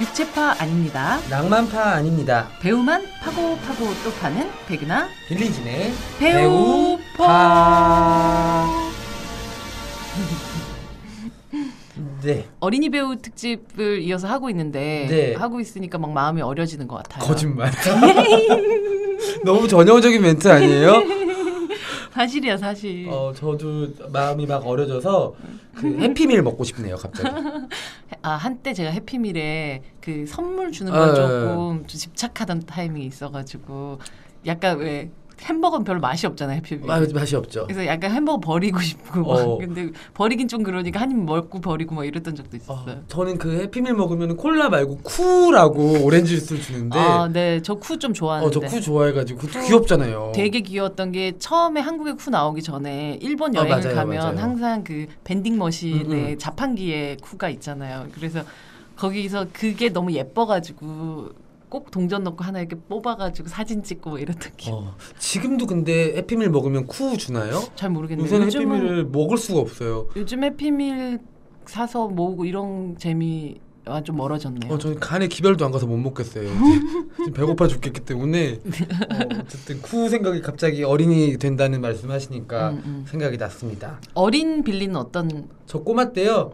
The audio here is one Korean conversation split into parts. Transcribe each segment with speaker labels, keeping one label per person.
Speaker 1: 육체파 아닙니다.
Speaker 2: 낭만파 아닙니다.
Speaker 1: 배우만 파고 파고 또 파는 백은하
Speaker 2: 빌리진의
Speaker 1: 배우파.
Speaker 2: 네.
Speaker 1: 어린이 배우 특집을 이어서 하고 있는데
Speaker 2: 네.
Speaker 1: 하고 있으니까 막 마음이 어려지는 것 같아요.
Speaker 2: 거짓말. 너무 전형적인 멘트 아니에요?
Speaker 1: 사실이야 사실.
Speaker 2: 어, 저도 마음이 막 어려져서 그 해피밀 먹고 싶네요, 갑자기.
Speaker 1: 아 한때 제가 해피밀에 그 선물 주는
Speaker 2: 어,
Speaker 1: 걸 조금 좀 집착하던 타이밍이 있어가지고 약간 왜 햄버거는 별로 맛이 없잖아요 해피밀.
Speaker 2: 맛, 맛이 없죠.
Speaker 1: 그래서 약간 햄버거 버리고 싶고 막
Speaker 2: 어.
Speaker 1: 근데 버리긴 좀 그러니까 한 입 먹고 버리고 막 이랬던 적도
Speaker 2: 어,
Speaker 1: 있었어요.
Speaker 2: 저는 그 해피밀 먹으면 콜라 말고 쿠라고 오렌지 주스를 주는데
Speaker 1: 아, 네. 저 쿠 좀
Speaker 2: 어,
Speaker 1: 좋아하는데.
Speaker 2: 저 쿠 좋아해가지고 그것도 귀엽잖아요.
Speaker 1: 되게 귀여웠던 게 처음에 한국에 쿠 나오기 전에 일본
Speaker 2: 어,
Speaker 1: 여행을
Speaker 2: 맞아요,
Speaker 1: 가면
Speaker 2: 맞아요.
Speaker 1: 항상 그 밴딩 머신의
Speaker 2: 음, 음.
Speaker 1: 자판기에 쿠가 있잖아요. 그래서 거기서 그게 너무 예뻐가지고 꼭 동전 넣고 하나 이렇게 뽑아가지고 사진 찍고 뭐 이랬던 게.
Speaker 2: 어, 지금도 근데 해피밀 먹으면 쿠 주나요?
Speaker 1: 잘 모르겠는데
Speaker 2: 요새는
Speaker 1: 요즘은
Speaker 2: 해피밀을 먹을 수가 없어요.
Speaker 1: 요즘 해피밀 사서 모으고 이런 재미와 좀 멀어졌네요.
Speaker 2: 어, 저는 간에 기별도 안 가서 못 먹겠어요. 이제. 지금 배고파 죽겠기 때문에 어, 어쨌든 쿠 생각이 갑자기 어린이 된다는 말씀하시니까
Speaker 1: 음, 음.
Speaker 2: 생각이 났습니다.
Speaker 1: 어린 빌리는 어떤
Speaker 2: 저 꼬마 때요.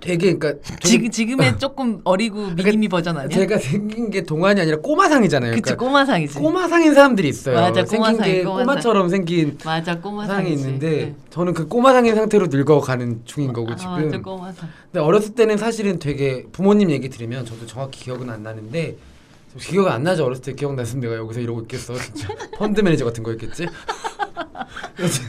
Speaker 2: 되게 그러니까 저는
Speaker 1: 지금 지금의 조금 어리고 미니미 버전 아니야?
Speaker 2: 그러니까 제가 생긴 게 동안이 아니라 꼬마상이잖아요.
Speaker 1: 그치
Speaker 2: 그러니까
Speaker 1: 꼬마상이지.
Speaker 2: 꼬마상인 사람들이 있어요.
Speaker 1: 맞아,
Speaker 2: 생긴
Speaker 1: 꼬마상이,
Speaker 2: 게
Speaker 1: 꼬마상.
Speaker 2: 꼬마처럼 생긴
Speaker 1: 맞아
Speaker 2: 상이
Speaker 1: 꼬마상이지.
Speaker 2: 있는데
Speaker 1: 네.
Speaker 2: 저는 그 꼬마상인 상태로 늙어가는 중인 거고
Speaker 1: 아, 맞아
Speaker 2: 지금
Speaker 1: 꼬마상.
Speaker 2: 근데 어렸을 때는 사실은 되게 부모님 얘기 들으면 저도 정확히 기억은 안 나는데 좀 기억이 안 나죠 어렸을 때 기억났으면 내가 여기서 이러고 있겠어 진짜 펀드 매니저 같은 거였겠지 그래서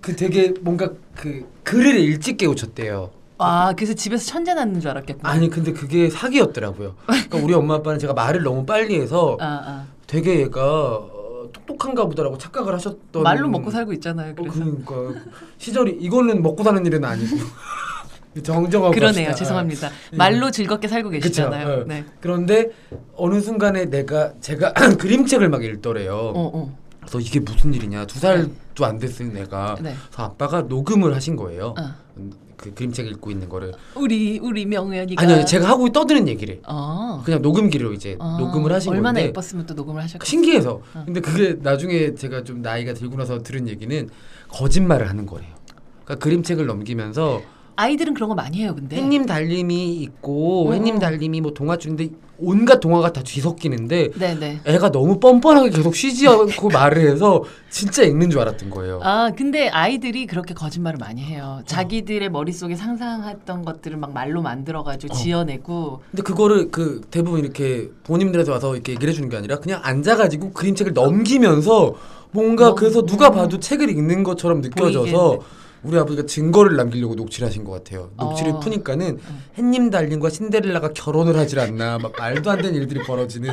Speaker 2: 그 되게 뭔가 그 글을 일찍 깨우쳤대요
Speaker 1: 아 그래서 집에서 천재 낳는 줄 알았겠구나.
Speaker 2: 아니 근데 그게 사기였더라고요 그러니까 우리 엄마 아빠는 제가 말을 너무 빨리 해서
Speaker 1: 아, 아.
Speaker 2: 되게 얘가 어, 똑똑한가 보다라고 착각을 하셨던
Speaker 1: 말로 먹고 살고 있잖아요.
Speaker 2: 어,
Speaker 1: 그래서
Speaker 2: 그러니까 시절이 이거는 먹고 사는 일은 아니고 정정하고
Speaker 1: 그러네요.
Speaker 2: 합시다.
Speaker 1: 죄송합니다.
Speaker 2: 예.
Speaker 1: 말로 즐겁게 살고 계시잖아요.
Speaker 2: 그쵸, 어.
Speaker 1: 네.
Speaker 2: 그런데 어느 순간에 내가 제가 그림책을 막 읽더래요.
Speaker 1: 어, 어.
Speaker 2: 그래서 이게 무슨 일이냐 두 살도 안 됐을 내가.
Speaker 1: 네.
Speaker 2: 그래서 아빠가 녹음을 하신 거예요.
Speaker 1: 어.
Speaker 2: 그 그림책 읽고 있는 거를.
Speaker 1: 우리 우리 명현이가
Speaker 2: 아니요, 제가 하고 떠드는 얘기를.
Speaker 1: 어.
Speaker 2: 그냥 녹음기로 이제
Speaker 1: 아,
Speaker 2: 녹음을 하신
Speaker 1: 얼마나
Speaker 2: 건데.
Speaker 1: 예뻤으면 또 녹음을 하셨겠어요.
Speaker 2: 신기해서.
Speaker 1: 어.
Speaker 2: 근데 그게 나중에 제가 좀 나이가 들고 나서 들은 얘기는 거짓말을 하는 거래요. 그러니까 그림책을 넘기면서
Speaker 1: 아이들은 그런 거 많이 해요. 근데
Speaker 2: 햇님 달님이 있고
Speaker 1: 네. 어.
Speaker 2: 햇님 달님이 뭐 동화 중인데 온갖 동화가 다 뒤섞이는데
Speaker 1: 네네.
Speaker 2: 애가 너무 뻔뻔하게 계속 쉬지 않고 말을 해서 진짜 읽는 줄 알았던 거예요.
Speaker 1: 아 근데 아이들이 그렇게 거짓말을 많이
Speaker 2: 어.
Speaker 1: 해요. 자기들의 머릿속에 상상했던 것들을 막 말로 만들어가지고
Speaker 2: 어.
Speaker 1: 지어내고
Speaker 2: 근데 그거를 그 대부분 이렇게 부모님들한테 와서 이렇게 얘기를 해주는 게 아니라 그냥 앉아가지고 그림책을 넘기면서 뭔가
Speaker 1: 어,
Speaker 2: 그래서 누가
Speaker 1: 어.
Speaker 2: 봐도 책을 읽는 것처럼 느껴져서
Speaker 1: 보이게.
Speaker 2: 우리 아버지가 증거를 남기려고 녹취를 하신 것 같아요. 녹취를
Speaker 1: 어.
Speaker 2: 푸니까는 햇님 달님과 신데렐라가 결혼을 하질 않나 막 말도 안 되는 일들이 벌어지는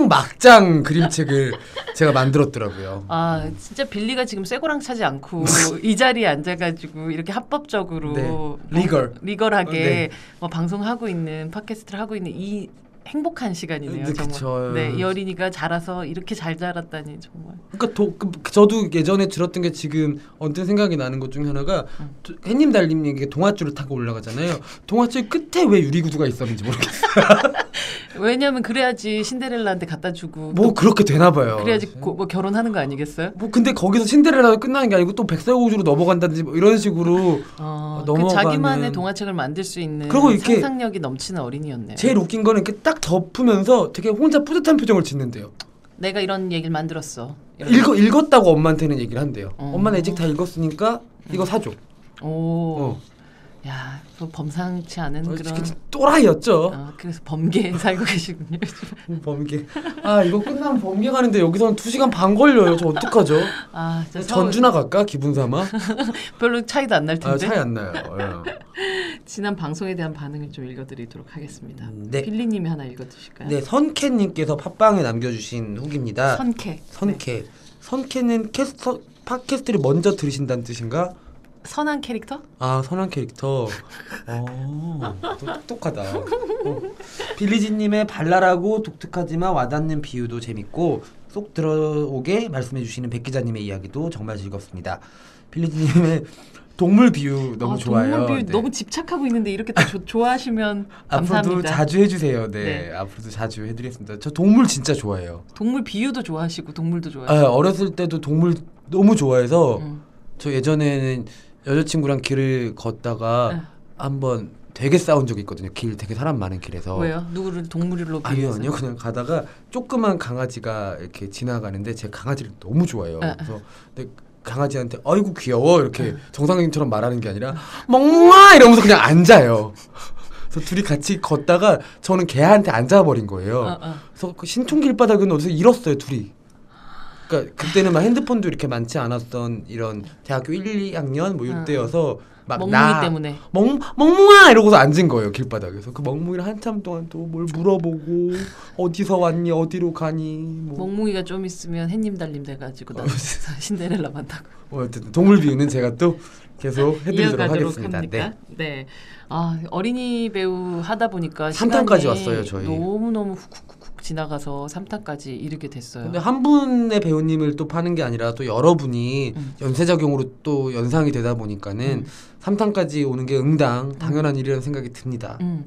Speaker 2: 상막장 그림책을 제가 만들었더라고요.
Speaker 1: 아 진짜 빌리가 지금 쇠고랑 차지 않고 이 자리에 앉아가지고 이렇게 합법적으로
Speaker 2: 네.
Speaker 1: 뭐
Speaker 2: 리걸.
Speaker 1: 리걸하게
Speaker 2: 네.
Speaker 1: 뭐 방송하고 있는 팟캐스트를 하고 있는 이 행복한 시간이네요
Speaker 2: 네,
Speaker 1: 정말.
Speaker 2: 그쵸.
Speaker 1: 네, 이 어린이가 자라서 이렇게 잘 자랐다니 정말.
Speaker 2: 그러니까 도, 그, 그 저도 예전에 들었던 게 지금 언뜻 생각이 나는 것 중 하나가 저- 햇님 달님 얘기 동아줄을 타고 올라가잖아요. 동아줄 끝에 왜 유리구두가 있었는지 모르겠어요.
Speaker 1: 왜냐하면 그래야지 신데렐라한테 갖다 주고
Speaker 2: 뭐
Speaker 1: 또
Speaker 2: 그렇게 되나 봐요.
Speaker 1: 그래야지 고, 뭐 결혼하는 거 아니겠어요?
Speaker 2: 뭐 근데 거기서 신데렐라로 끝나는 게 아니고 또 백설공주로 넘어간다든지 뭐 이런 식으로
Speaker 1: 어, 그
Speaker 2: 넘어가는-
Speaker 1: 자기만의 동화책을 만들 수 있는
Speaker 2: 그리고 이렇게-
Speaker 1: 상상력이 넘치는 어린이였네요.
Speaker 2: 제일 웃긴 거는 이렇게 딱 덮으면서 되게 혼자 뿌듯한 표정을 짓는데요.
Speaker 1: 내가 이런 얘기를 만들었어. 이런-
Speaker 2: 읽어 읽었다고 엄마한테는 얘기를 한대요.
Speaker 1: 어. 음,
Speaker 2: 엄마는 일찍 다 읽었으니까 이거 사줘.
Speaker 1: 오.
Speaker 2: 어.
Speaker 1: 야, 또 범상치 않은
Speaker 2: 어,
Speaker 1: 그런.
Speaker 2: 진짜 또라이였죠.
Speaker 1: 어, 그래서 범계에 살고 계시군요. 요즘.
Speaker 2: 음, 범계. 아 이거 끝나면 범계 가는데 여기서는 2 시간 반 걸려요. 저 어떡하죠?
Speaker 1: 아, 진짜 서울
Speaker 2: 전주나 갈까 기분 삼아?
Speaker 1: 별로 차이도 안 날
Speaker 2: 아,
Speaker 1: 텐데.
Speaker 2: 차이 안 나요. 예.
Speaker 1: 지난 방송에 대한 반응을 좀 읽어드리도록 하겠습니다.
Speaker 2: 음, 네.
Speaker 1: 필리님이 하나 읽어주실까요?
Speaker 2: 네 선캐님께서 팟빵에 남겨주신 후기입니다.
Speaker 1: 선캐. 네.
Speaker 2: 선캐. 선캐는 캐스터 팟캐스트를 먼저 들으신다는 뜻인가?
Speaker 1: 선한 캐릭터?
Speaker 2: 아 선한 캐릭터. 어, 또 똑똑하다. 어. 빌리지님의 발랄하고 독특하지만 와닿는 비유도 재밌고 쏙 들어오게 말씀해 주시는 백 기자님의 이야기도 정말 즐겁습니다. 필리지님의 동물 비유 너무
Speaker 1: 아,
Speaker 2: 좋아요.
Speaker 1: 동물 비유
Speaker 2: 네.
Speaker 1: 너무 집착하고 있는데 이렇게 또 조- 좋아하시면
Speaker 2: 앞으로도
Speaker 1: 감사합니다.
Speaker 2: 자주 해주세요. 네,
Speaker 1: 네.
Speaker 2: 앞으로도 자주 해드리겠습니다. 저 동물 진짜 좋아해요.
Speaker 1: 동물 비유도 좋아하시고 동물도 좋아하시고.
Speaker 2: 아, 어렸을 때도 동물 너무 좋아해서
Speaker 1: 음.
Speaker 2: 저 예전에는 여자친구랑 길을 걷다가
Speaker 1: 네.
Speaker 2: 한번 되게 싸운 적이 있거든요. 길 되게 사람 많은 길에서.
Speaker 1: 왜요? 누구를 동물로
Speaker 2: 아니요,
Speaker 1: 비유해서?
Speaker 2: 아니요. 그냥 가다가 조그만 강아지가 이렇게 지나가는데 제가 강아지를 너무 좋아해요.
Speaker 1: 아, 아.
Speaker 2: 그래서 근데 강아지한테 아이고 귀여워
Speaker 1: 네.
Speaker 2: 이렇게 정상인처럼 말하는 게 아니라 멍마 이러면서 그냥 앉아요. 그래서 둘이 같이 걷다가 저는 개한테 앉아버린 거예요.
Speaker 1: 어, 어.
Speaker 2: 그래서 그 신촌 길바닥은 어디서 잃었어요 둘이. 그러니까 그때는 막 핸드폰도 이렇게 많지 않았던 이런 대학교 1, 2학년 뭐
Speaker 1: 응.
Speaker 2: 이때여서
Speaker 1: 멍멍이
Speaker 2: 막나
Speaker 1: 때문에.
Speaker 2: 멍 멍멍아 이러고서 앉은 거예요 길바닥에서 그 멍멍이를 한참 동안 또 뭘 물어보고 어디서 왔니 어디로 가니 뭐
Speaker 1: 멍뭉이가 좀 있으면 햇님 달님 돼가지고 나 신데렐라 만다고
Speaker 2: 어, 어쨌든 동물 비유는 제가 또 계속 해드리도록 하겠습니다.
Speaker 1: 합니까?
Speaker 2: 네.
Speaker 1: 네. 아 어린이 배우 하다 보니까
Speaker 2: 삼탄까지
Speaker 1: 시간이
Speaker 2: 왔어요, 저희.
Speaker 1: 너무 너무 훅훅훅 지나가서 3탄까지 이르게 됐어요.
Speaker 2: 근데 한 분의 배우님을 또 파는 게 아니라 또 여러분이
Speaker 1: 음.
Speaker 2: 연쇄작용으로 또 연상이 되다 보니까는 삼 3탄까지 오는 게 응당 당연한 일이라는 생각이 듭니다.
Speaker 1: 음,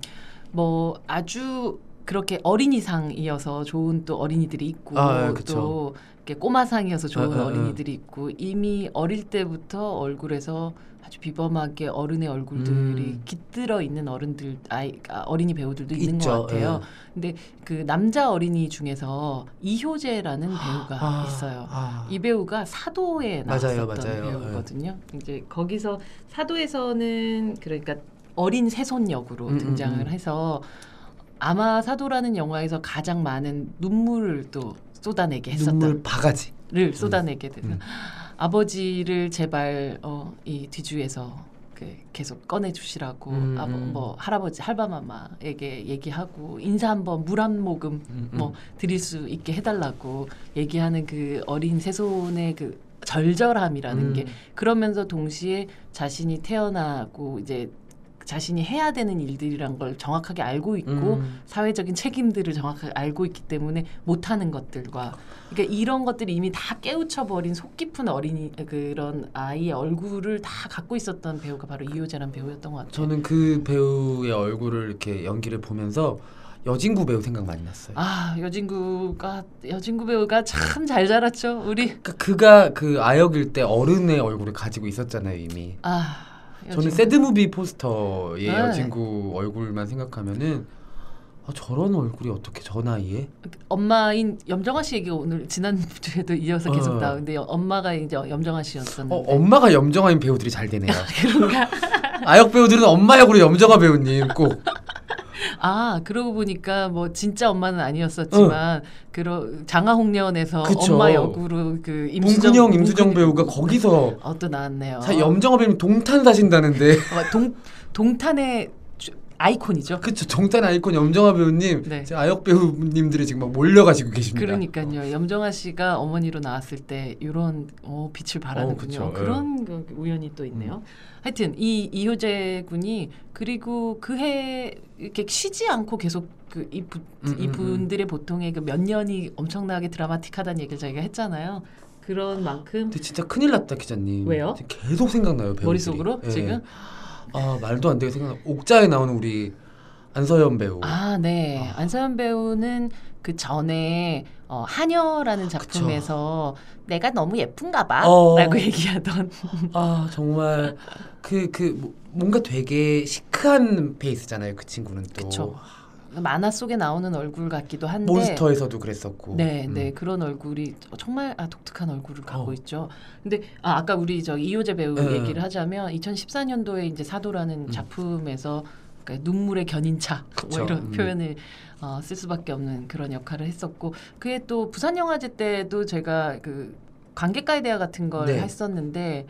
Speaker 1: 뭐 아주 그렇게 어린이상이어서 좋은 또 어린이들이 있고
Speaker 2: 아, 예, 그쵸.
Speaker 1: 또 이렇게 꼬마상이어서 좋은
Speaker 2: 아, 아, 아.
Speaker 1: 어린이들이 있고 이미 어릴 때부터 얼굴에서 아주 비범하게 어른의 얼굴들이
Speaker 2: 음.
Speaker 1: 깃들어 있는 어른들 아이 아, 어린이 배우들도 있는
Speaker 2: 있죠, 예.
Speaker 1: 것 같아요. 근데 그 남자 어린이 중에서 이효재라는 배우가
Speaker 2: 아,
Speaker 1: 있어요.
Speaker 2: 아.
Speaker 1: 이 배우가 사도에
Speaker 2: 맞아요,
Speaker 1: 나왔었던
Speaker 2: 맞아요. 예.
Speaker 1: 배우거든요. 이제 거기서 사도에서는 그러니까 어린 새손 역으로
Speaker 2: 음, 음,
Speaker 1: 등장을
Speaker 2: 음.
Speaker 1: 해서 아마 사도라는 영화에서 가장 많은 눈물을 또 쏟아내게
Speaker 2: 눈물
Speaker 1: 했었던를
Speaker 2: 바가지.
Speaker 1: 쏟아내게 돼서
Speaker 2: 음.
Speaker 1: 아버지를 제발 어, 이 뒤주에서 그 계속 꺼내주시라고
Speaker 2: 음,
Speaker 1: 아버,
Speaker 2: 음.
Speaker 1: 뭐 할아버지 할바마마에게 얘기하고 인사 한번 물 한 모금
Speaker 2: 음, 음.
Speaker 1: 뭐 드릴 수 있게 해달라고 얘기하는 그 어린 새손의 그 절절함이라는
Speaker 2: 음.
Speaker 1: 게 그러면서 동시에 자신이 태어나고 이제 자신이 해야 되는 일들이란 걸 정확하게 알고 있고
Speaker 2: 음.
Speaker 1: 사회적인 책임들을 정확하게 알고 있기 때문에 못하는 것들과 그러니까 이런 것들이 이미 다 깨우쳐 버린 속 깊은 어린이 그런 아이의 얼굴을 다 갖고 있었던 배우가 바로 이효재란 배우였던 것 같아요.
Speaker 2: 저는 그 배우의 얼굴을 이렇게 연기를 보면서 여진구 배우 생각 많이 났어요.
Speaker 1: 아 여진구가 여진구 배우가 참 잘 자랐죠 우리
Speaker 2: 그러니까 그가 그 아역일 때 어른의 얼굴을 가지고 있었잖아요 이미.
Speaker 1: 아
Speaker 2: 저는
Speaker 1: 여진구.
Speaker 2: 새드무비 포스터의
Speaker 1: 네.
Speaker 2: 여진구 얼굴만 생각하면은 아, 저런 얼굴이 어떻게 저 나이에?
Speaker 1: 엄마인 염정아 씨 얘기가 오늘 지난 주에도 이어서 계속
Speaker 2: 어.
Speaker 1: 나오는데 엄마가 이제 염정아 씨였었는데
Speaker 2: 어, 엄마가 염정아인 배우들이 잘 되네요.
Speaker 1: 음, 네. 그런가?
Speaker 2: 아역 배우들은 엄마 역으로 염정아 배우님 꼭
Speaker 1: 아 그러고 보니까 뭐 진짜 엄마는 아니었었지만 그러 장화홍련에서
Speaker 2: 그쵸.
Speaker 1: 엄마 역으로 그 임수정
Speaker 2: 봉근영 임수정
Speaker 1: 봉근-
Speaker 2: 배우가 거기서
Speaker 1: 어또 나왔네요.
Speaker 2: 자, 염정아 배우님 동탄 사신다는데
Speaker 1: 어, 동 동탄의 주- 아이콘이죠.
Speaker 2: 그쵸 정탄 아이콘 염정아 배우님
Speaker 1: 네.
Speaker 2: 지금 아역 배우님들이 지금 막 몰려가지고 계십니다.
Speaker 1: 그러니까요. 염정아 씨가 어머니로 나왔을 때 이런 어, 빛을 바라는군요.
Speaker 2: 그쵸, 예. 음.
Speaker 1: 그런 그 우연이 또 있네요. 하여튼 이 이효재 군이 그리고 그 해 이렇게 쉬지 않고 계속 그 이
Speaker 2: 음, 음,
Speaker 1: 분들의 보통의 그 몇 년이 엄청나게 드라마틱하다는 얘기를 저희가 했잖아요. 그런 만큼
Speaker 2: 근데 진짜 큰일 났다 기자님.
Speaker 1: 왜요?
Speaker 2: 지금 계속 생각나요 배우.
Speaker 1: 머릿속으로 지금
Speaker 2: 아 말도 안 되게 생각나. 옥자에 나오는 우리 안서연 배우.
Speaker 1: 아, 네. 안서연 배우는 그 전에 어, 한여라는 작품에서 내가 너무 예쁜가 봐
Speaker 2: 아, 어.
Speaker 1: 라고 얘기하던
Speaker 2: 아 정말 그 그 뭔가 되게 시크한 페이스잖아요 그 친구는 또.
Speaker 1: 그쵸. 만화 속에 나오는 얼굴 같기도 한데
Speaker 2: 몬스터에서도 그랬었고.
Speaker 1: 네,
Speaker 2: 음.
Speaker 1: 네 그런 얼굴이 정말 아, 독특한 얼굴을 갖고
Speaker 2: 어.
Speaker 1: 있죠. 근데 아, 아까 우리 저 이효재 배우
Speaker 2: 네.
Speaker 1: 얘기를 하자면 2014년도에 이제 사도라는
Speaker 2: 음.
Speaker 1: 작품에서 그러니까 눈물의 견인차
Speaker 2: 그쵸.
Speaker 1: 뭐 이런
Speaker 2: 음.
Speaker 1: 표현을 어, 쓸 수밖에 없는 그런 역할을 했었고 그에 또 부산 영화제 때도 제가 그 관객과의 대화 같은 걸
Speaker 2: 네.
Speaker 1: 했었는데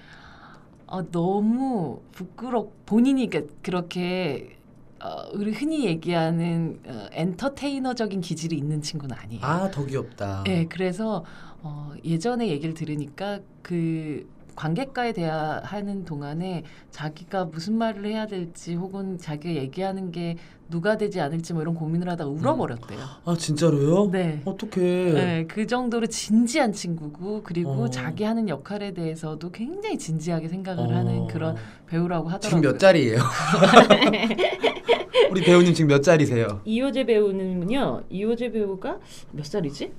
Speaker 1: 어, 너무 부끄럽 본인이 그- 그렇게 어, 우리 흔히 얘기하는 어, 엔터테이너적인 기질이 있는 친구는 아니에요. 예,
Speaker 2: 아더 귀엽다.
Speaker 1: 네, 그래서 어, 예전에 얘기를 들으니까 그 관객과의 대화하는 동안에 자기가 무슨 말을 해야 될지 혹은 자기가 얘기하는 게 누가 되지 않을지 뭐 이런 고민을 하다가 울어버렸대요.
Speaker 3: 아
Speaker 2: 어.
Speaker 3: 진짜로요?
Speaker 1: 네.
Speaker 3: 어떻게?
Speaker 1: 네, 그 정도로 진지한 친구고 그리고
Speaker 3: 어.
Speaker 1: 자기 하는 역할에 대해서도 굉장히 진지하게 생각을 하는 그런 배우라고 하더라고요.
Speaker 2: 어. 지금 몇 자리예요? 우리 배우님 지금 몇 자리세요?
Speaker 4: 이효재 배우는요. 이효재 배우가 몇 살이지?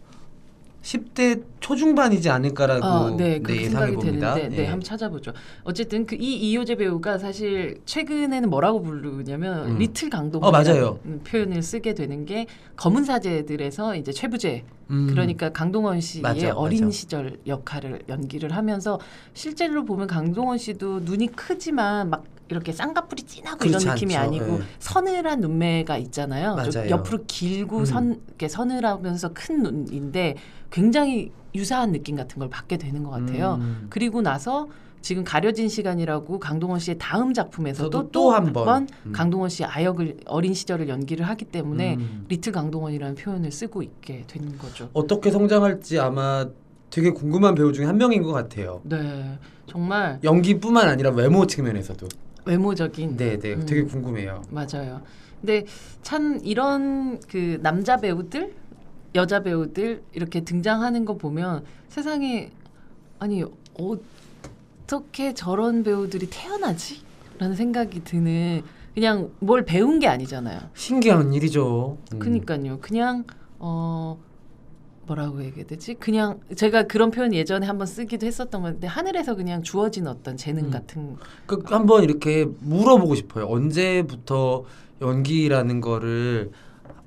Speaker 2: 10대 초중반이지 않을까라고
Speaker 1: 아, 네,
Speaker 2: 네,
Speaker 1: 그렇게
Speaker 2: 예상해
Speaker 1: 생각이
Speaker 2: 봅니다.
Speaker 1: 되는데, 네,
Speaker 2: 예.
Speaker 1: 한번 찾아보죠. 어쨌든 그 이 이효재 배우가 사실 최근에는 뭐라고 부르냐면
Speaker 2: 음.
Speaker 1: 리틀 강동
Speaker 2: 어, 맞아요.
Speaker 1: 표현을 쓰게 되는 게 검은 사제들에서 이제 최부재
Speaker 2: 음.
Speaker 1: 그러니까 강동원 씨의
Speaker 2: 맞아,
Speaker 1: 어린
Speaker 2: 맞아.
Speaker 1: 시절 역할을 연기를 하면서 실제로 보면 강동원 씨도 눈이 크지만 막 이렇게 쌍꺼풀이 진하고 이런
Speaker 2: 그렇지
Speaker 1: 느낌이
Speaker 2: 않죠.
Speaker 1: 아니고
Speaker 2: 예.
Speaker 1: 서늘한 눈매가 있잖아요. 좀
Speaker 2: 맞아요. 음.
Speaker 1: 옆으로 길고 선, 이렇게 서늘하면서 큰 눈인데 굉장히 유사한 느낌 같은 걸 받게 되는 것 같아요.
Speaker 2: 음.
Speaker 1: 그리고 나서 지금 가려진 시간이라고 강동원 씨의 다음 작품에서도
Speaker 2: 저도
Speaker 1: 또
Speaker 2: 또
Speaker 1: 한
Speaker 2: 한
Speaker 1: 번
Speaker 2: 번. 음.
Speaker 1: 강동원 씨의 아역을 어린 시절을 연기를 하기 때문에
Speaker 2: 음.
Speaker 1: 리틀 강동원이라는 표현을 쓰고 있게 되는 거죠.
Speaker 2: 어떻게 성장할지 아마 되게 궁금한 배우 중에 한 명인 것 같아요.
Speaker 1: 네, 정말
Speaker 2: 연기뿐만 아니라 외모 측면에서도.
Speaker 1: 외모적인
Speaker 2: 네, 네,
Speaker 1: 음.
Speaker 2: 되게 궁금해요.
Speaker 1: 맞아요. 근데 참 이런 그 남자 배우들, 여자 배우들 이렇게 등장하는 거 보면 세상에 아니 어떻게 저런 배우들이 태어나지? 라는 생각이 드는 그냥 뭘 배운 게 아니잖아요.
Speaker 2: 신기한 일이죠. 음.
Speaker 1: 그니까요. 그냥 어 뭐라고 얘기해야 되지? 그냥 제가 그런 표현 예전에 한번 쓰기도 했었던 건데 하늘에서 그냥 주어진 어떤 재능
Speaker 2: 음.
Speaker 1: 같은
Speaker 2: 그 한번 이렇게 물어보고 싶어요. 언제부터 연기라는 거를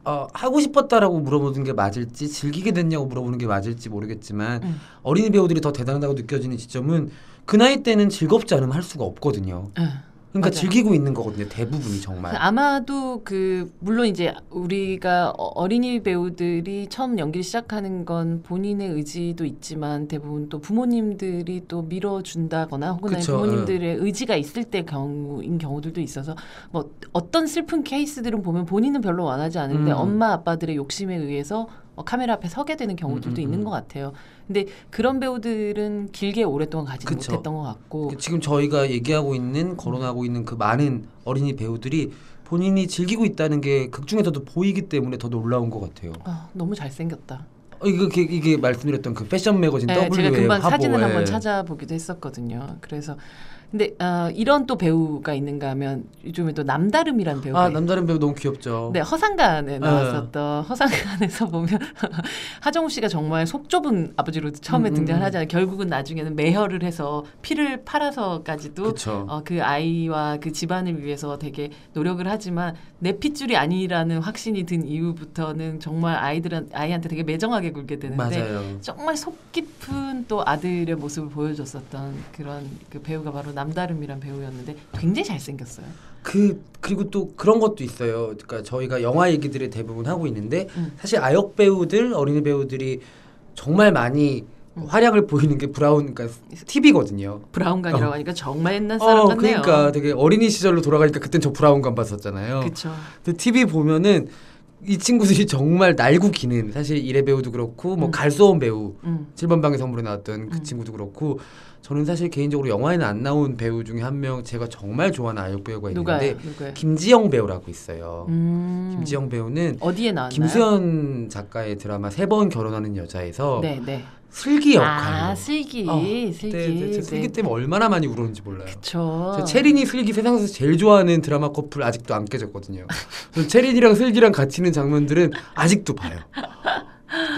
Speaker 2: 어, 하고 싶었다라고 물어보는 게 맞을지 즐기게 됐냐고 물어보는 게 맞을지 모르겠지만
Speaker 1: 음.
Speaker 2: 어린이 배우들이 더 대단하다고 느껴지는 지점은 그 나이 때는 즐겁지 않으면 할 수가 없거든요.
Speaker 1: 예.
Speaker 2: 그러니까
Speaker 1: 맞아요.
Speaker 2: 즐기고 있는 거거든요. 대부분이 정말.
Speaker 1: 아마도 그 물론 이제 우리가 어- 어린이 배우들이 처음 연기를 시작하는 건 본인의 의지도 있지만 대부분 또 부모님들이 또 밀어준다거나 혹은 아니면
Speaker 2: 그쵸,
Speaker 1: 부모님들의 의지가 있을 때 경우인 경우들도 있어서 뭐 어떤 슬픈 케이스들은 보면 본인은 별로 원하지 않은데
Speaker 2: 음.
Speaker 1: 엄마 아빠들의 욕심에 의해서 어, 카메라 앞에 서게 되는 경우들도
Speaker 2: 음, 음,
Speaker 1: 있는
Speaker 2: 음.
Speaker 1: 것 같아요. 근데 그런 배우들은 길게 오랫동안 가지
Speaker 2: 그쵸.
Speaker 1: 못했던 것 같고
Speaker 2: 그 지금 저희가 얘기하고 있는 거론하고 있는 그 많은 어린이 배우들이 본인이 즐기고 있다는 게 극 중에서도 보이기 때문에 더 놀라운 것 같아요.
Speaker 1: 아, 너무 잘생겼다.
Speaker 2: 어, 이게 이게 말씀드렸던 그 패션 매거진
Speaker 1: 네,
Speaker 2: W의 예.
Speaker 1: 제가 금방
Speaker 2: 화보에
Speaker 1: 사진을 한번 찾아보기도 했었거든요. 그래서 근데 어, 이런 또 배우가 있는가 하면 요즘에 또 남다름이란 배우가
Speaker 2: 아
Speaker 1: 있-
Speaker 2: 남다른 어. 네. 배우 너무 귀엽죠.
Speaker 1: 네, 허상간에 나왔었던 허상간에서 보면 하정우 씨가 정말 속 좁은 아버지로 처음에
Speaker 2: 음, 음,
Speaker 1: 등장을
Speaker 2: 음.
Speaker 1: 하잖아요. 결국은 나중에는 매혈을 해서 피를 팔아서까지도
Speaker 2: 그렇죠.
Speaker 1: 어, 그 아이와 그 집안을 위해서 되게 노력을 하지만 내 핏줄이 아니라는 확신이 든 이후부터는 정말 아이들한 아이한테 되게 매정하게 굴게 되는데
Speaker 2: 맞아요.
Speaker 1: 정말 속 깊은 또 아들의 모습을 보여줬었던 그런 그 배우가 바로 남다름이란 배우였는데 굉장히 잘생겼어요.
Speaker 2: 그 그리고 또 그런 것도 있어요. 그러니까 저희가 영화 얘기들을 대부분 하고 있는데
Speaker 1: 음.
Speaker 2: 사실 아역 배우들 어린이 배우들이 정말 많이
Speaker 1: 음.
Speaker 2: 활약을 보이는 게 브라운 그러니까 TV거든요.
Speaker 1: 브라운관이라고 하니까 정말 옛날 사람 같네요.
Speaker 2: 어. 그러니까 어.
Speaker 3: 되게 어린이 시절로 돌아가니까 그땐 저 브라운관 봤었잖아요.
Speaker 1: 그쵸.
Speaker 2: 근데 TV 보면은 이 친구들이 정말 날고 기는 사실 이래 배우도 그렇고 뭐 갈소원 배우
Speaker 1: 음.
Speaker 2: 7번 방의 선물에 나왔던 그
Speaker 1: 음.
Speaker 2: 친구도 그렇고 저는 사실 개인적으로 영화에는 안 나온 배우 중에 한 명 제가 정말 좋아하는 아역 배우가
Speaker 1: 누가요?
Speaker 2: 있는데 네.
Speaker 1: 누가요?
Speaker 2: 김지영 배우라고 있어요.
Speaker 1: 음.
Speaker 2: 김지영 배우는
Speaker 1: 어디에 나왔나요?
Speaker 2: 김수현 작가의 드라마 세 번 결혼하는 여자에서
Speaker 1: 네, 네.
Speaker 2: 슬기
Speaker 1: 아,
Speaker 2: 역할로
Speaker 1: 슬기,
Speaker 2: 어,
Speaker 1: 슬기.
Speaker 2: 그때 제 슬기
Speaker 1: 네.
Speaker 2: 때문에 얼마나 많이 울었는지 몰라요.
Speaker 1: 그쵸.
Speaker 2: 제 체린이 슬기 세상에서 제일 좋아하는 드라마 커플 아직도 안 깨졌거든요. 그래서 체린이랑 슬기랑 같이 있는 장면들은 아직도 봐요.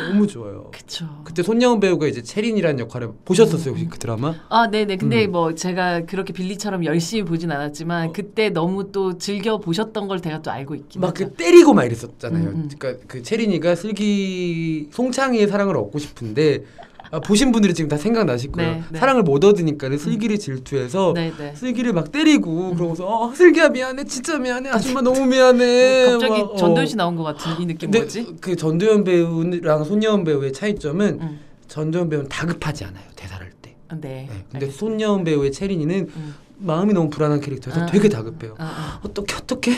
Speaker 2: 너무 좋아요.
Speaker 1: 그쵸.
Speaker 2: 그때 손예원 배우가 이제 체린이라는 역할을 보셨었어요 혹시 그 드라마?
Speaker 1: 아, 네네. 근데
Speaker 2: 음. 어.
Speaker 1: 뭐 제가 그렇게 빌리처럼 열심히 보진 않았지만 그때 너무 또 즐겨 보셨던 걸 제가 또 알고 있긴
Speaker 2: 막
Speaker 1: 하죠.
Speaker 2: 그 때리고 막 이랬었잖아요.
Speaker 1: 음, 음.
Speaker 2: 그러니까 그 체린이가 슬기 송창이의 사랑을 얻고 싶은데 아, 보신 분들이 지금 다 생각나실 거예요.
Speaker 1: 네, 네.
Speaker 2: 사랑을 못 얻으니까 슬기를 질투해서
Speaker 1: 네, 음. 네.
Speaker 2: 슬기를 막 때리고 그러고서 어, 슬기야 미안해 진짜 미안해 아줌마 너무 미안해
Speaker 1: 갑자기
Speaker 2: 막, 어.
Speaker 1: 전도연 씨 나온 것 같은 이 느낌
Speaker 2: 근데
Speaker 1: 뭐지?
Speaker 2: 그 전도연 배우랑 손예원 배우의 차이점은
Speaker 1: 음.
Speaker 2: 전도연 배우는 다급하지 않아요 대사를 할 때.
Speaker 1: 네.
Speaker 2: 네. 근데
Speaker 1: 알겠습니다.
Speaker 2: 손예원 배우의 체린이는
Speaker 1: 음.
Speaker 2: 마음이 너무 불안한 캐릭터여서
Speaker 1: 아.
Speaker 2: 되게 다급해요.
Speaker 1: 아, 아.
Speaker 2: 어떻게 어떻게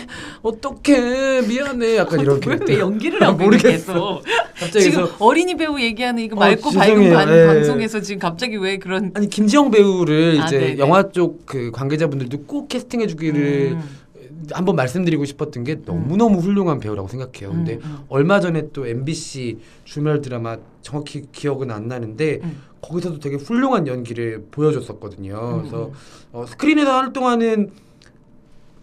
Speaker 2: 어떻게 미안해 약간 이런
Speaker 1: 왜,
Speaker 2: 캐릭터.
Speaker 1: 왜 연기를 하고
Speaker 2: 모르겠어.
Speaker 1: 모르겠어.
Speaker 2: 갑자기
Speaker 1: 지금
Speaker 2: 그래서
Speaker 1: 어린이 배우 얘기하는 이거
Speaker 2: 어,
Speaker 1: 맑고 밝은
Speaker 2: 죄송해요.
Speaker 1: 반,
Speaker 2: 예.
Speaker 1: 방송에서 지금 갑자기 왜 그런
Speaker 2: 아니 김지영 배우를
Speaker 1: 아,
Speaker 2: 이제
Speaker 1: 네네.
Speaker 2: 영화 쪽 그 관계자분들도 꼭 캐스팅해 주기를
Speaker 1: 음,
Speaker 2: 한번 말씀드리고 싶었던 게 너무너무 훌륭한 배우라고 생각해요. 근데
Speaker 1: 음, 음.
Speaker 2: 얼마 전에 또 MBC 주말 드라마 정확히 기억은 안 나는데
Speaker 1: 음.
Speaker 2: 거기서도 되게 훌륭한 연기를 보여줬었거든요.
Speaker 1: 음,
Speaker 2: 그래서
Speaker 1: 음.
Speaker 2: 어, 스크린에서 활동하는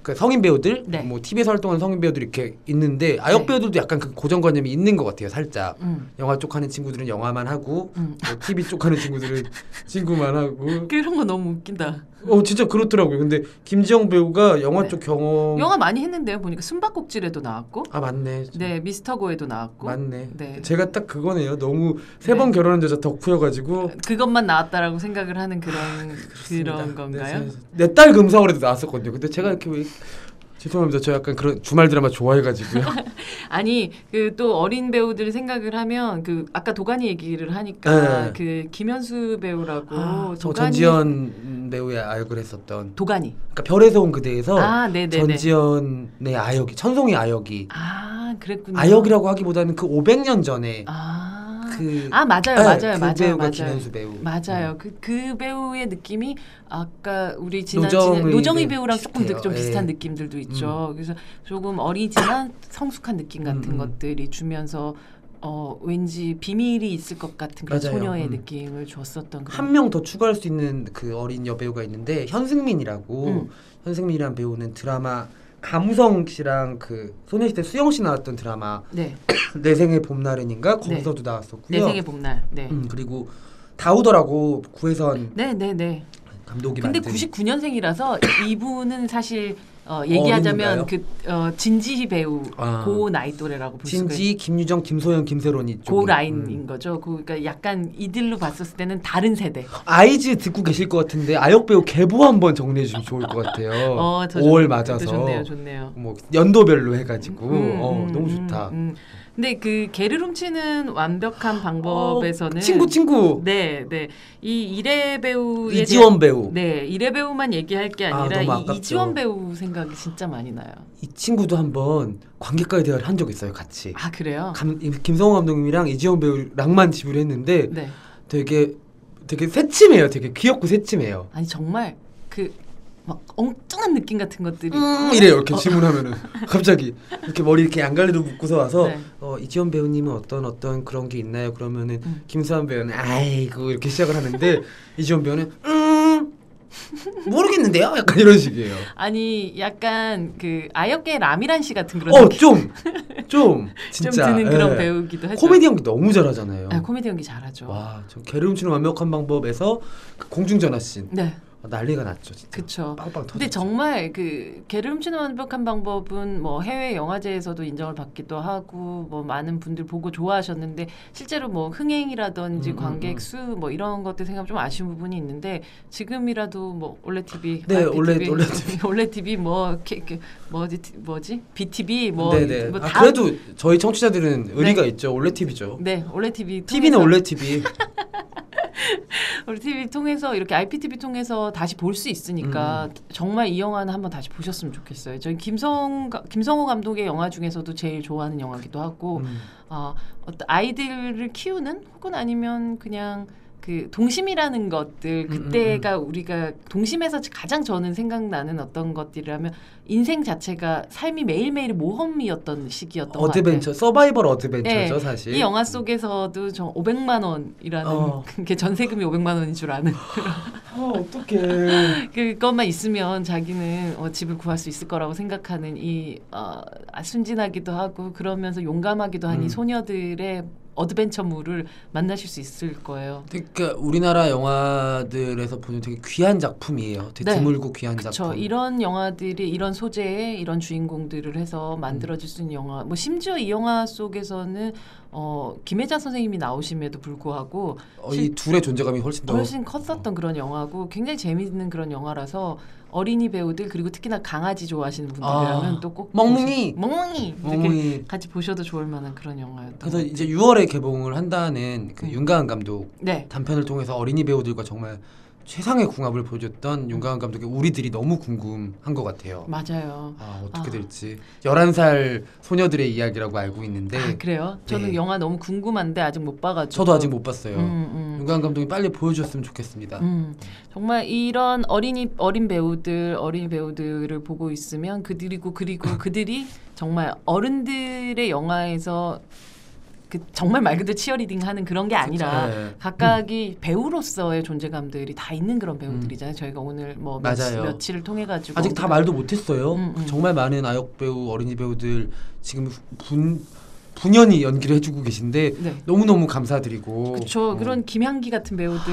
Speaker 2: 그 성인 배우들,
Speaker 1: 네.
Speaker 2: 뭐 TV에서 활동하는 성인 배우들 이렇게 있는데 아역
Speaker 1: 네.
Speaker 2: 배우들도 약간 그 고정관념이 있는 것 같아요, 살짝.
Speaker 1: 음,
Speaker 2: 영화 쪽 하는 친구들은 영화만 하고
Speaker 1: 음.
Speaker 2: 뭐 TV 쪽 하는 친구들은 친구만 하고
Speaker 1: 그런 거 너무 웃긴다.
Speaker 2: 어 진짜 그렇더라고요. 근데 김지영 배우가 영화
Speaker 1: 네.
Speaker 2: 쪽 경험
Speaker 1: 영화 많이 했는데요. 보니까 숨바꼭질에도 나왔고,
Speaker 2: 아 어. 맞네.
Speaker 1: 네 미스터고에도 나왔고,
Speaker 2: 맞네.
Speaker 1: 네.
Speaker 2: 제가 딱 그거네요. 너무 세
Speaker 1: 네.
Speaker 2: 번 결혼한 여자 덕후여가지고
Speaker 1: 그것만 나왔다라고 생각을 하는
Speaker 2: 아,
Speaker 1: 그런 그런
Speaker 2: 네,
Speaker 1: 건가요?
Speaker 2: 내 딸 금사월에도 나왔었거든요. 근데 제가 이렇게 왜 죄송합니다. 저 약간 그런 주말 드라마 좋아해가지고요.
Speaker 1: 아니 그 또 어린 배우들 생각을 하면 그 아까 도가니 얘기를 하니까
Speaker 2: 네. 아,
Speaker 1: 그 김현수 배우라고 도가니
Speaker 2: 저 어, 전지현 배우의 아역을 했었던
Speaker 1: 도가니
Speaker 2: 그러니까 별에서 온 그대에서
Speaker 1: 아 네네네
Speaker 2: 전지현의 아역이 천송이 아역이
Speaker 1: 아 그랬군요
Speaker 2: 아역이라고 하기보다는 그 500년 전에
Speaker 1: 아,
Speaker 2: 그
Speaker 1: 아 맞아요
Speaker 2: 네,
Speaker 1: 맞아요
Speaker 2: 그
Speaker 1: 맞아요
Speaker 2: 배우가
Speaker 1: 맞아요
Speaker 2: 김현수 배우 네.
Speaker 1: 맞아요 그 그 배우의 느낌이 아까 우리 지난
Speaker 2: 노정의
Speaker 1: 지난- 노정희
Speaker 2: 네,
Speaker 1: 배우랑 조금 느- 좀
Speaker 2: 비슷해요.
Speaker 1: 비슷한
Speaker 2: 예.
Speaker 1: 느낌들도 있죠 그래서 조금 어리지만 성숙한 느낌 같은
Speaker 2: 음, 음.
Speaker 1: 것들이 주면서 어 왠지 비밀이 있을 것 같은 그런
Speaker 2: 맞아요.
Speaker 1: 소녀의
Speaker 2: 음.
Speaker 1: 느낌을 줬었던 그런
Speaker 2: 한 명 더 추가할 수 있는 그 어린 여배우가 있는데 현승민이라고
Speaker 1: 음.
Speaker 2: 현승민이란 배우는 드라마 감우성 씨랑 그 소녀시대 수영 씨 나왔던 드라마
Speaker 1: 네,
Speaker 2: 내 생의 봄날엔인가
Speaker 1: 네.
Speaker 2: 거기서도
Speaker 1: 내
Speaker 2: 나왔었고요.
Speaker 1: 생의 봄날. 네.
Speaker 2: 음, 그리고 다우더라고 구혜선
Speaker 1: 네, 네, 네.
Speaker 2: 감독이
Speaker 1: 근데
Speaker 2: 만든
Speaker 1: 99년생이라서 이분은 사실 어, 얘기하자면
Speaker 2: 어린가요?
Speaker 1: 그 어, 진지 배우
Speaker 2: 아.
Speaker 1: 고 나이 또래라고 볼 수가 있
Speaker 2: 진지, 김유정, 김소연, 김세론 이쪽 음,
Speaker 1: 고그 라인인 거죠. 그- 그러니까 약간 이들로 봤었을 때는 다른 세대.
Speaker 2: 아이즈 듣고 계실 것 같은데 아역 배우 개보 한번 정리해 주면 좋을 것 같아요.
Speaker 1: 어, 저 좋-
Speaker 2: 5월
Speaker 1: 그것도
Speaker 2: 맞아서
Speaker 1: 좋네요, 좋네요.
Speaker 2: 뭐 연도별로 해가지고
Speaker 1: 음,
Speaker 2: 어,
Speaker 1: 음,
Speaker 2: 너무
Speaker 1: 음,
Speaker 2: 좋다.
Speaker 1: 음. 근데 그 개를 훔치는 완벽한 방법에서는
Speaker 2: 어, 친구 친구
Speaker 1: 네, 네. 이 이래 배우의
Speaker 2: 이지원 배우
Speaker 1: 네, 이래 배우만 얘기할 게
Speaker 2: 아,
Speaker 1: 아니라
Speaker 2: 너무
Speaker 1: 이
Speaker 2: 아깝죠.
Speaker 1: 이지원 배우 생각이 진짜 많이 나요.
Speaker 2: 이 친구도 한번 관객과의 대화를 한 적 있어요 같이
Speaker 1: 아 그래요?
Speaker 2: 감, 이- 김성호 감독님이랑 이지원 배우랑만 집을 했는데
Speaker 1: 네.
Speaker 2: 되게 되게 새침해요 되게 귀엽고 새침해요
Speaker 1: 아니 정말 그 막 엉뚱한 느낌 같은 것들이.
Speaker 2: 음, 이래요 이렇게 질문하면은 갑자기 이렇게 머리 이렇게 양갈래로 묶고서 와서
Speaker 1: 네.
Speaker 2: 어, 이지원 배우님은 어떤 어떤 그런 게 있나요 그러면은
Speaker 1: 음.
Speaker 2: 김수환 배우는 아이고 이렇게 시작을 하는데 이지원 배우는 음 모르겠는데요 약간 이런 식이에요
Speaker 1: 아니 약간 그 아역계 라미란 씨 같은 그런
Speaker 2: 어
Speaker 1: 느낌
Speaker 2: 좀 좀
Speaker 1: 좀
Speaker 2: 진짜
Speaker 1: 드는
Speaker 2: 예.
Speaker 1: 그런 배우기도 하죠.
Speaker 2: 코미디 연기 너무 잘하잖아요.
Speaker 1: 아, 코미디 연기 잘하죠.
Speaker 2: 와, 저 개를 훔치는 완벽한 방법에서 그 공중전화 씬
Speaker 1: 네,
Speaker 2: 아, 난리가 났죠, 진짜.
Speaker 1: 그쵸.
Speaker 2: 빵빵 아, 터.
Speaker 1: 근데 정말 그 개를 훔치는 완벽한 방법은 뭐 해외 영화제에서도 인정을 받기도 하고 뭐 많은 분들 보고 좋아하셨는데 실제로 뭐 흥행이라든지
Speaker 2: 음, 음, 음.
Speaker 1: 관객 수 뭐 이런 것들 생각하면 좀 아쉬운 부분이 있는데 지금이라도 뭐 올레 TV
Speaker 2: 네,
Speaker 1: 아이티
Speaker 2: 올레-
Speaker 1: TV,
Speaker 2: 올레 TV.
Speaker 1: 올레 TV 뭐 이렇게- 이렇게 뭐지 뭐지 BTV
Speaker 2: 네네.
Speaker 1: 뭐뭐다
Speaker 2: 아, 그래도 저희 청취자들은 의리가 있죠. 올레 TV죠.
Speaker 1: 네 올레 TV
Speaker 2: TV는
Speaker 1: 통해서-
Speaker 2: 올레 TV.
Speaker 1: 올레 TV 통해서 이렇게 IPTV 통해서 다시 볼 수
Speaker 2: 음.
Speaker 1: 있으니까 정말 이 영화는 한번 다시 보셨으면 좋겠어요. 저희 김성 김성호 감독의 영화 중에서도 제일 좋아하는 영화기도 하고
Speaker 2: 음.
Speaker 1: 아, 어떤 아이들을 키우는 혹은 아니면 그냥 그 동심이라는 것들
Speaker 2: 음, 음,
Speaker 1: 그때가 우리가 동심에서 가장 저는 생각나는 어떤 것들이라면 인생 자체가 삶이 매일매일 모험이었던 시기였던 것 같아요.
Speaker 2: 어드벤처, 서바이벌 어드벤처죠,
Speaker 1: 네,
Speaker 2: 사실. 음.
Speaker 1: 이 영화 속에서도 저 500만 원이라는
Speaker 2: 어.
Speaker 1: 그게 전세금이 500만 원인 줄 아는
Speaker 2: 아, 어떡해.
Speaker 1: 그것만 있으면 자기는 어, 집을 구할 수 있을 거라고 생각하는 이 어, 아, 순진하기도 하고 그러면서 용감하기도 한 이
Speaker 2: 음.
Speaker 1: 소녀들의 어드벤처물을 만나실 수 있을 거예요.
Speaker 2: 그러니까 우리나라 영화들에서 보는 되게 귀한 작품이에요. 되게
Speaker 1: 네.
Speaker 2: 드물고 귀한
Speaker 1: 그렇죠.
Speaker 2: 작품.
Speaker 1: 이런 영화들이 이런 소재에 이런 주인공들을 해서 만들어질 수 있는 영화. 뭐 심지어 이 영화 속에서는 어, 김혜자 선생님이 나오심에도 불구하고
Speaker 2: 어, 이 둘의 존재감이 훨씬 더
Speaker 1: 훨씬 컸었던 그런 영화고 굉장히 재미있는 그런 영화라서 어린이 배우들 그리고 특히나 강아지 좋아하시는 분들이라면
Speaker 2: 아,
Speaker 1: 또꼭
Speaker 2: 멍뭉이!
Speaker 1: 멍뭉이 이렇게
Speaker 2: 멍이
Speaker 1: 같이 보셔도 좋을 만한 그런 영화였던
Speaker 2: 그래서
Speaker 1: 것 같아요.
Speaker 2: 이제 6월에 개봉을 한다는 그
Speaker 1: 음.
Speaker 2: 윤가은 감독
Speaker 1: 네
Speaker 2: 단편을 통해서 어린이 배우들과 정말 최상의 궁합을 보여줬던 윤가은 감독의 우리들이 너무 궁금한 것 같아요.
Speaker 1: 맞아요.
Speaker 2: 아, 어떻게
Speaker 1: 아.
Speaker 2: 될지 11살 소녀들의 이야기라고 알고 있는데
Speaker 1: 아, 그래요? 저는
Speaker 2: 네.
Speaker 1: 영화 너무 궁금한데 아직 못 봐가지고.
Speaker 2: 저도 아직 못 봤어요. 그러니까.
Speaker 1: 음, 음.
Speaker 2: 윤가은 감독이 빨리 보여줬으면 좋겠습니다.
Speaker 1: 음, 정말 이런 어린이 어린 배우들 어린이 배우들을 보고 있으면 그들이고 그리고 그들이 정말 어른들의 영화에서 그 정말 말 그대로 치어리딩하는 그런 게 아니라
Speaker 2: 네.
Speaker 1: 각각이 배우로서의 존재감들이 다 있는 그런 배우들이잖아요. 저희가 오늘 뭐 며,
Speaker 2: 맞아요.
Speaker 1: 며칠을 통해 가지고
Speaker 2: 아직 다 말도 못했어요.
Speaker 1: 음, 음.
Speaker 2: 정말 많은 아역 배우, 어린이 배우들 지금 분 분연히 연기를 해주고 계신데
Speaker 1: 네.
Speaker 2: 너무 너무 감사드리고.
Speaker 1: 그렇죠.
Speaker 2: 어.
Speaker 1: 그런 김향기 같은 배우들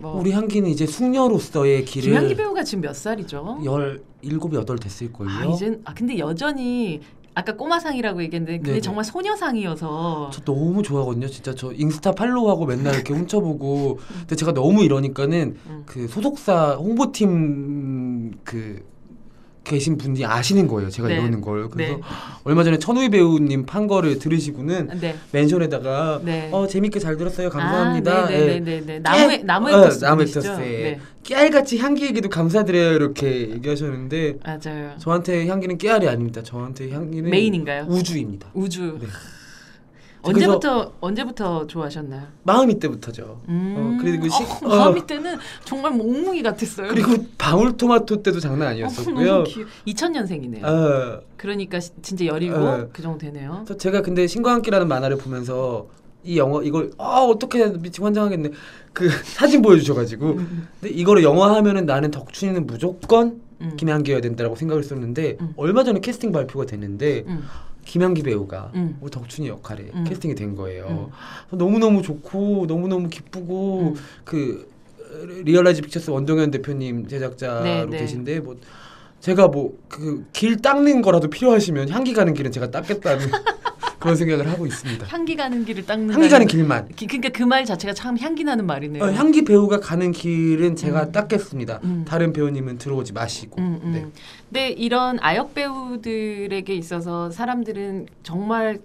Speaker 1: 뭐
Speaker 2: 우리 향기는 이제 숙녀로서의 길을
Speaker 1: 김향기 배우가 지금 몇 살이죠?
Speaker 2: 열 일곱 여덟 됐을 걸요.
Speaker 1: 아, 이젠 아 근데 여전히 아까 꼬마상이라고 얘기했는데 그게
Speaker 2: 네네.
Speaker 1: 정말 소녀상이어서
Speaker 2: 저 너무 좋아하거든요. 진짜 저 인스타 팔로우하고 맨날 이렇게 훔쳐보고. 근데 제가 너무 이러니까는
Speaker 1: 음.
Speaker 2: 그 소속사 홍보팀 그 계신 분이 아시는 거예요. 제가
Speaker 1: 네.
Speaker 2: 이러는 걸. 그래서
Speaker 1: 네.
Speaker 2: 얼마 전에 천우희 배우님 판 거를 들으시고는
Speaker 1: 네.
Speaker 2: 맨션에다가
Speaker 1: 네.
Speaker 2: 어 재밌게 잘 들었어요. 감사합니다.
Speaker 1: 아,
Speaker 2: 예.
Speaker 1: 네네네네. 나무의
Speaker 2: 깨-
Speaker 1: 나무의
Speaker 2: 어,
Speaker 1: 뜻.
Speaker 2: 나무의
Speaker 1: 분이시죠?
Speaker 2: 뜻, 예.
Speaker 1: 네.
Speaker 2: 깨알같이 향기 얘기도 감사드려요. 이렇게 얘기하셨는데
Speaker 1: 맞아요.
Speaker 2: 저한테 향기는 깨알이 아닙니다. 저한테 향기는
Speaker 1: 메인인가요?
Speaker 2: 우주입니다.
Speaker 1: 우주.
Speaker 2: 네.
Speaker 1: 언제부터 언제부터 좋아하셨나요?
Speaker 2: 마음이 때부터죠.
Speaker 1: 음.
Speaker 2: 어, 그리고 시-
Speaker 1: 어,
Speaker 2: 어.
Speaker 1: 마음이 때는 정말 몽몽이 같았어요. 어,
Speaker 2: 그리고 방울토마토 때도 장난 아니었었고요.
Speaker 1: 2000년생이네요.
Speaker 2: 어,
Speaker 1: 그러니까 시- 진짜 열이고
Speaker 2: 어.
Speaker 1: 그 정도 되네요.
Speaker 2: 그래서 제가 근데 신과함께라는 만화를 보면서 이 영화 이걸 아 어떻게 미치고 환장하겠네 그 사진
Speaker 1: 음,
Speaker 2: 보여주셔가지고 근데 이거를 영화하면은 나는 덕춘이는 무조건
Speaker 1: 음.
Speaker 2: 김향기여야 된다라고 생각을 했었는데
Speaker 1: 음.
Speaker 2: 얼마 전에 캐스팅 발표가 됐는데
Speaker 1: 음.
Speaker 2: 김향기 배우가
Speaker 1: 음.
Speaker 2: 우리 덕춘이 역할에
Speaker 1: 음.
Speaker 2: 캐스팅이 된 거예요.
Speaker 1: 음.
Speaker 2: 그래서 너무너무 좋고 너무너무 기쁘고
Speaker 1: 음.
Speaker 2: 그 리얼라이즈 픽처스 원동현 대표님 제작자로
Speaker 1: 네, 네.
Speaker 2: 계신데 뭐 제가 뭐 그 길 닦는 거라도 필요하시면 향기 가는 길은 제가 닦겠다는 그런 생각을 하고 있습니다.
Speaker 1: 향기 가는 길을 닦는
Speaker 2: 향기 가는 길만.
Speaker 1: 기- 그러니까 그 말 자체가 참 향기 나는 음. 말이네요.
Speaker 2: 어, 향기 배우가 가는 길은 제가 닦겠습니다.
Speaker 1: 음.
Speaker 2: 다른 배우님은 들어오지 마시고.
Speaker 1: 음, 음.
Speaker 2: 네.
Speaker 1: 근데 이런 아역 배우들에게 있어서 사람들은 정말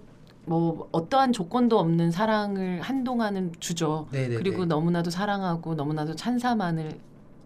Speaker 1: 뭐 어떠한 조건도 없는 사랑을 한동안은 주죠.
Speaker 2: 네네네.
Speaker 1: 그리고 너무나도 사랑하고 너무나도 찬사만을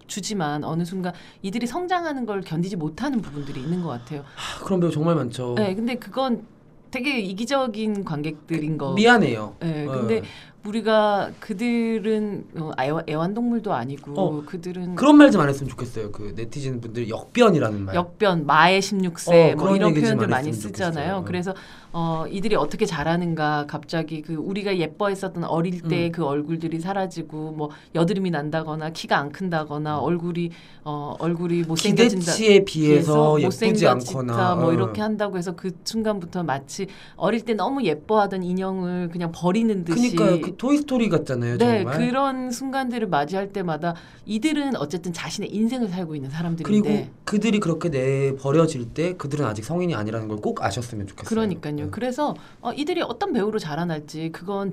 Speaker 1: 주지만 어느 순간 이들이 성장하는 걸 견디지 못하는 부분들이 있는 것 같아요.
Speaker 2: 하, 그런 배우 정말 많죠.
Speaker 1: 네, 근데 그건 되게 이기적인 관객들인 거.
Speaker 2: 그 미안해요.
Speaker 1: 네,
Speaker 2: 어.
Speaker 1: 근데 우리가 그들은 어, 애완- 애완동물도 아니고
Speaker 2: 어,
Speaker 1: 그들은
Speaker 2: 그런 말 좀 안 했으면 좋겠어요. 그 네티즌 분들 역변이라는 말.
Speaker 1: 역변, 마의 16세
Speaker 2: 어,
Speaker 1: 뭐
Speaker 2: 그런
Speaker 1: 이런
Speaker 2: 얘기 좀
Speaker 1: 표현들
Speaker 2: 안
Speaker 1: 많이
Speaker 2: 했으면
Speaker 1: 쓰잖아요.
Speaker 2: 좋겠어요.
Speaker 1: 그래서 어, 이들이 어떻게 자라는가 갑자기 그 우리가 예뻐했었던 어릴 때
Speaker 2: 음.
Speaker 1: 그 얼굴들이 사라지고 뭐 여드름이 난다거나 키가 안 큰다거나 얼굴이 어, 얼굴이 못생겨진다.
Speaker 2: 음. 기대치에 비해서 예쁘지
Speaker 1: 못생겨지다
Speaker 2: 않거나
Speaker 1: 뭐
Speaker 2: 어.
Speaker 1: 이렇게 한다고 해서 그 순간부터 마치 어릴 때 너무 예뻐하던 인형을 그냥 버리는 듯이
Speaker 2: 그러니까요. 그 토이스토리 같잖아요.
Speaker 1: 네,
Speaker 2: 정말.
Speaker 1: 그런 순간들을 맞이할 때마다 이들은 어쨌든 자신의 인생을 살고 있는 사람들인데
Speaker 2: 그리고 그들이 그렇게 내 버려질 때 그들은 아직 성인이 아니라는 걸 꼭 아셨으면 좋겠어요.
Speaker 1: 그러니까요.
Speaker 2: 네.
Speaker 1: 그래서 어, 이들이 어떤 배우로 자라날지 그건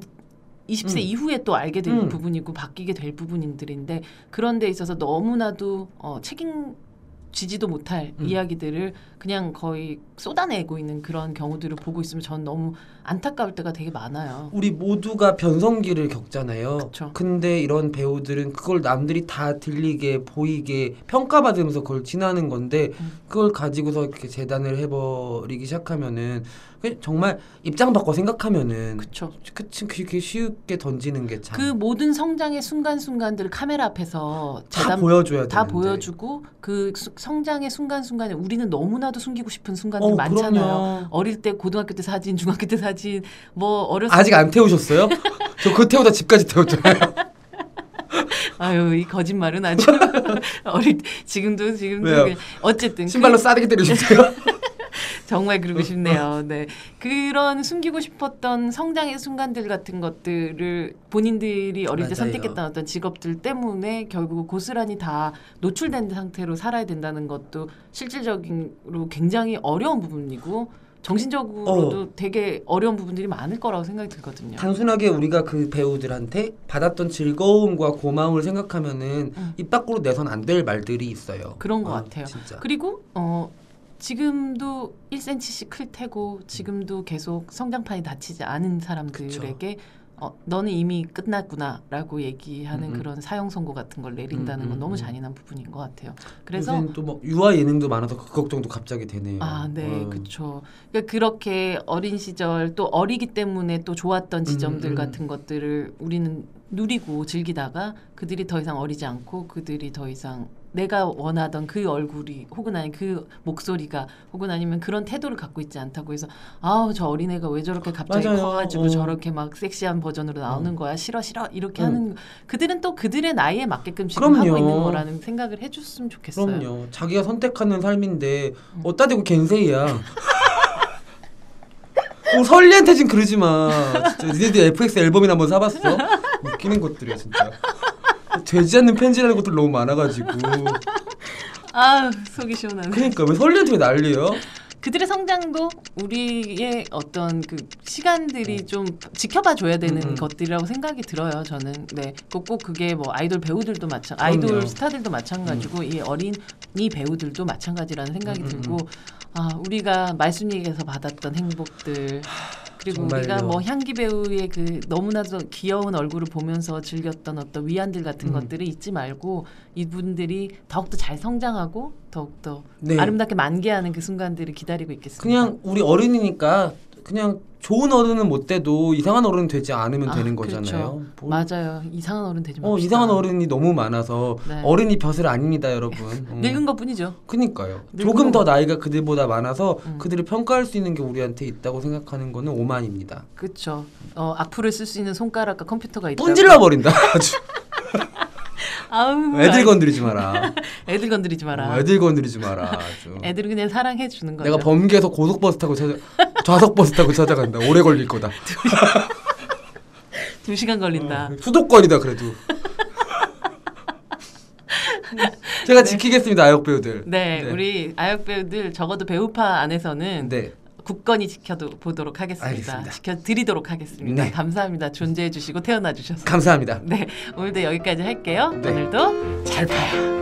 Speaker 1: 20세
Speaker 2: 음.
Speaker 1: 이후에 또 알게 될
Speaker 2: 음.
Speaker 1: 부분이고 바뀌게 될 부분들인데 그런 데 있어서 너무나도 어, 책임지지도 못할
Speaker 2: 음.
Speaker 1: 이야기들을 그냥 거의 쏟아내고 있는 그런 경우들을 보고 있으면 전 너무 안타까울 때가 되게 많아요.
Speaker 2: 우리 모두가 변성기를 겪잖아요.
Speaker 1: 그쵸.
Speaker 2: 근데 이런 배우들은 그걸 남들이 다 들리게 보이게 평가받으면서 그걸 지나는 건데
Speaker 1: 음.
Speaker 2: 그걸 가지고서 이렇게 재단을 해버리기 시작하면은 그- 정말 입장 바꿔 생각하면은
Speaker 1: 그렇죠.
Speaker 2: 그, 그, 그렇게 쉽게 던지는 게참
Speaker 1: 그 모든 성장의 순간순간들을 카메라 앞에서
Speaker 2: 다
Speaker 1: 재단
Speaker 2: 보여줘야
Speaker 1: 다
Speaker 2: 되는데.
Speaker 1: 보여주고 그 수- 성장의 순간순간에 우리는 너무나도 숨기고 싶은 순간들
Speaker 2: 어,
Speaker 1: 많잖아요.
Speaker 2: 그럼요.
Speaker 1: 어릴 때 고등학교 때 사진, 중학교 때 사진, 뭐 어렸을
Speaker 2: 아직 안 태우셨어요? 저 그거 태우다 집까지 태웠잖아요.
Speaker 1: 네, 아유 이 거짓말은 아주 어릴 때- 지금도 지금도
Speaker 2: 왜요?
Speaker 1: 그냥- 어쨌든
Speaker 2: 신발로
Speaker 1: 그-
Speaker 2: 싸대기 때리셨어요?
Speaker 1: 정말 그러고 싶네요. 네 그런 숨기고 싶었던 성장의 순간들 같은 것들을 본인들이 어릴 때
Speaker 2: 맞아요.
Speaker 1: 선택했던 어떤 직업들 때문에 결국 고스란히 다 노출된 상태로 살아야 된다는 것도 실질적으로 굉장히 어려운 부분이고 정신적으로도 되게 어려운 부분들이 많을 거라고 생각이 들거든요.
Speaker 2: 단순하게 우리가 그 배우들한테 받았던 즐거움과 고마움을 생각하면은
Speaker 1: 음.
Speaker 2: 입 밖으로 내선 안 될 말들이 있어요.
Speaker 1: 그런 것
Speaker 2: 어,
Speaker 1: 같아요.
Speaker 2: 진짜.
Speaker 1: 그리고 어 지금도 1cm씩 클 테고 지금도 계속 성장판이 닫히지 않은 사람들에게 어, 너는 이미 끝났구나라고 얘기하는
Speaker 5: 음, 음.
Speaker 1: 그런 사형 선고 같은 걸 내린다는
Speaker 5: 음,
Speaker 1: 건
Speaker 5: 음,
Speaker 1: 너무
Speaker 5: 음.
Speaker 1: 잔인한 부분인 것 같아요. 그래서
Speaker 5: 요새는 또뭐
Speaker 2: 유아 예능도 많아서 그 걱정도 갑자기 되네요.
Speaker 1: 아, 네,
Speaker 2: 어.
Speaker 1: 그렇죠. 그러니까 그렇게 어린 시절 또 어리기 때문에 또 좋았던 지점들
Speaker 5: 음.
Speaker 1: 같은 것들을 우리는 누리고 즐기다가 그들이 더 이상 어리지 않고 그들이 더 이상 내가 원하던 그 얼굴이 혹은 아니 그 목소리가 혹은 아니면 그런 태도를 갖고 있지 않다고 해서 아우 저 어린애가 왜 저렇게 갑자기
Speaker 2: 맞아요.
Speaker 1: 커가지고
Speaker 2: 어.
Speaker 1: 저렇게 막 섹시한 버전으로 나오는 거야 싫어 싫어 이렇게
Speaker 2: 음.
Speaker 1: 하는 거. 그들은 또 그들의 나이에 맞게끔 지금
Speaker 2: 그럼요.
Speaker 1: 하고 있는 거라는 생각을 해줬으면 좋겠어요. 음.
Speaker 2: 그럼요. 자기가 선택하는 삶인데 어따 대고 겐세이야. 어, 설리한테 지금 그러지 마. 진짜 니네들 FX 앨범이나 한번 사봤어? 웃기는 것들이야 진짜. 되지 않는 편지라는 것들 너무 많아가지고.
Speaker 1: 아 속이 시원하네.
Speaker 2: 그러니까 왜 설리한테 왜 난리예요?
Speaker 1: 그들의 성장도 우리의 어떤 그 시간들이 좀 지켜봐 줘야 되는
Speaker 2: 음, 음.
Speaker 1: 것들이라고 생각이 들어요. 저는 네, 꼭, 꼭 그게 뭐 아이돌 배우들도 마찬,
Speaker 2: 그럼요.
Speaker 1: 아이돌 스타들도 마찬가지고 이 어린이 배우들도 마찬가지라는 생각이
Speaker 2: 음, 음,
Speaker 1: 들고 아 우리가 말순이에게서 받았던 행복들. 그리고
Speaker 2: 정말요.
Speaker 1: 우리가 뭐 향기 배우의 그 너무나도 귀여운 얼굴을 보면서 즐겼던 어떤 위안들 같은
Speaker 2: 음.
Speaker 1: 것들을 잊지 말고 이분들이 더욱더 잘 성장하고 더욱더
Speaker 2: 네.
Speaker 1: 아름답게 만개하는 그 순간들을 기다리고 있겠습니다.
Speaker 2: 그냥 우리 어른이니까 그냥 좋은 어른은 못 돼도 이상한 어른 되지 않으면
Speaker 1: 아,
Speaker 2: 되는
Speaker 1: 그렇죠.
Speaker 2: 거잖아요. 뭐-
Speaker 1: 맞아요. 이상한 어른 되지 맙시다.
Speaker 2: 어 이상한 어른이 너무 많아서
Speaker 1: 네.
Speaker 2: 어른이 벼슬 아닙니다, 여러분. 음.
Speaker 1: 늙은 것뿐이죠.
Speaker 2: 그니까요.
Speaker 1: 늙은
Speaker 2: 조금
Speaker 1: 거-
Speaker 2: 더 나이가 그들보다 많아서
Speaker 1: 음.
Speaker 2: 그들을 평가할 수 있는 게 우리한테 있다고 생각하는 거는 오만입니다.
Speaker 1: 그렇죠. 어, 악플을 쓸 수 있는 손가락과 컴퓨터가 있다.
Speaker 2: 뿜질러 버린다. 아주.
Speaker 1: 아우.
Speaker 2: 애들 건드리지 마라.
Speaker 1: 애들 건드리지 마라.
Speaker 2: 어, 애들 건드리지 마라. 아주.
Speaker 1: 애들... 은 그냥 사랑해 주는 거죠.
Speaker 2: 내가 범계에서 고속버스 타고 찾아 좌석 버스 타고 찾아간다. 오래 걸릴 거다.
Speaker 1: 두 시간 걸린다.
Speaker 2: 어. 수도권이다 그래도. 제가 지키겠습니다 아역 배우들.
Speaker 1: 네, 우리 아역 배우들 적어도 배우파 안에서는
Speaker 2: 네.
Speaker 1: 굳건히 지켜도 보도록 하겠습니다.
Speaker 2: 알겠습니다.
Speaker 1: 지켜드리도록 하겠습니다.
Speaker 2: 네.
Speaker 1: 감사합니다. 존재해 주시고 태어나 주셔서.
Speaker 2: 감사합니다.
Speaker 1: 네, 오늘도 여기까지 할게요.
Speaker 2: 네.
Speaker 1: 오늘도 잘 봐요.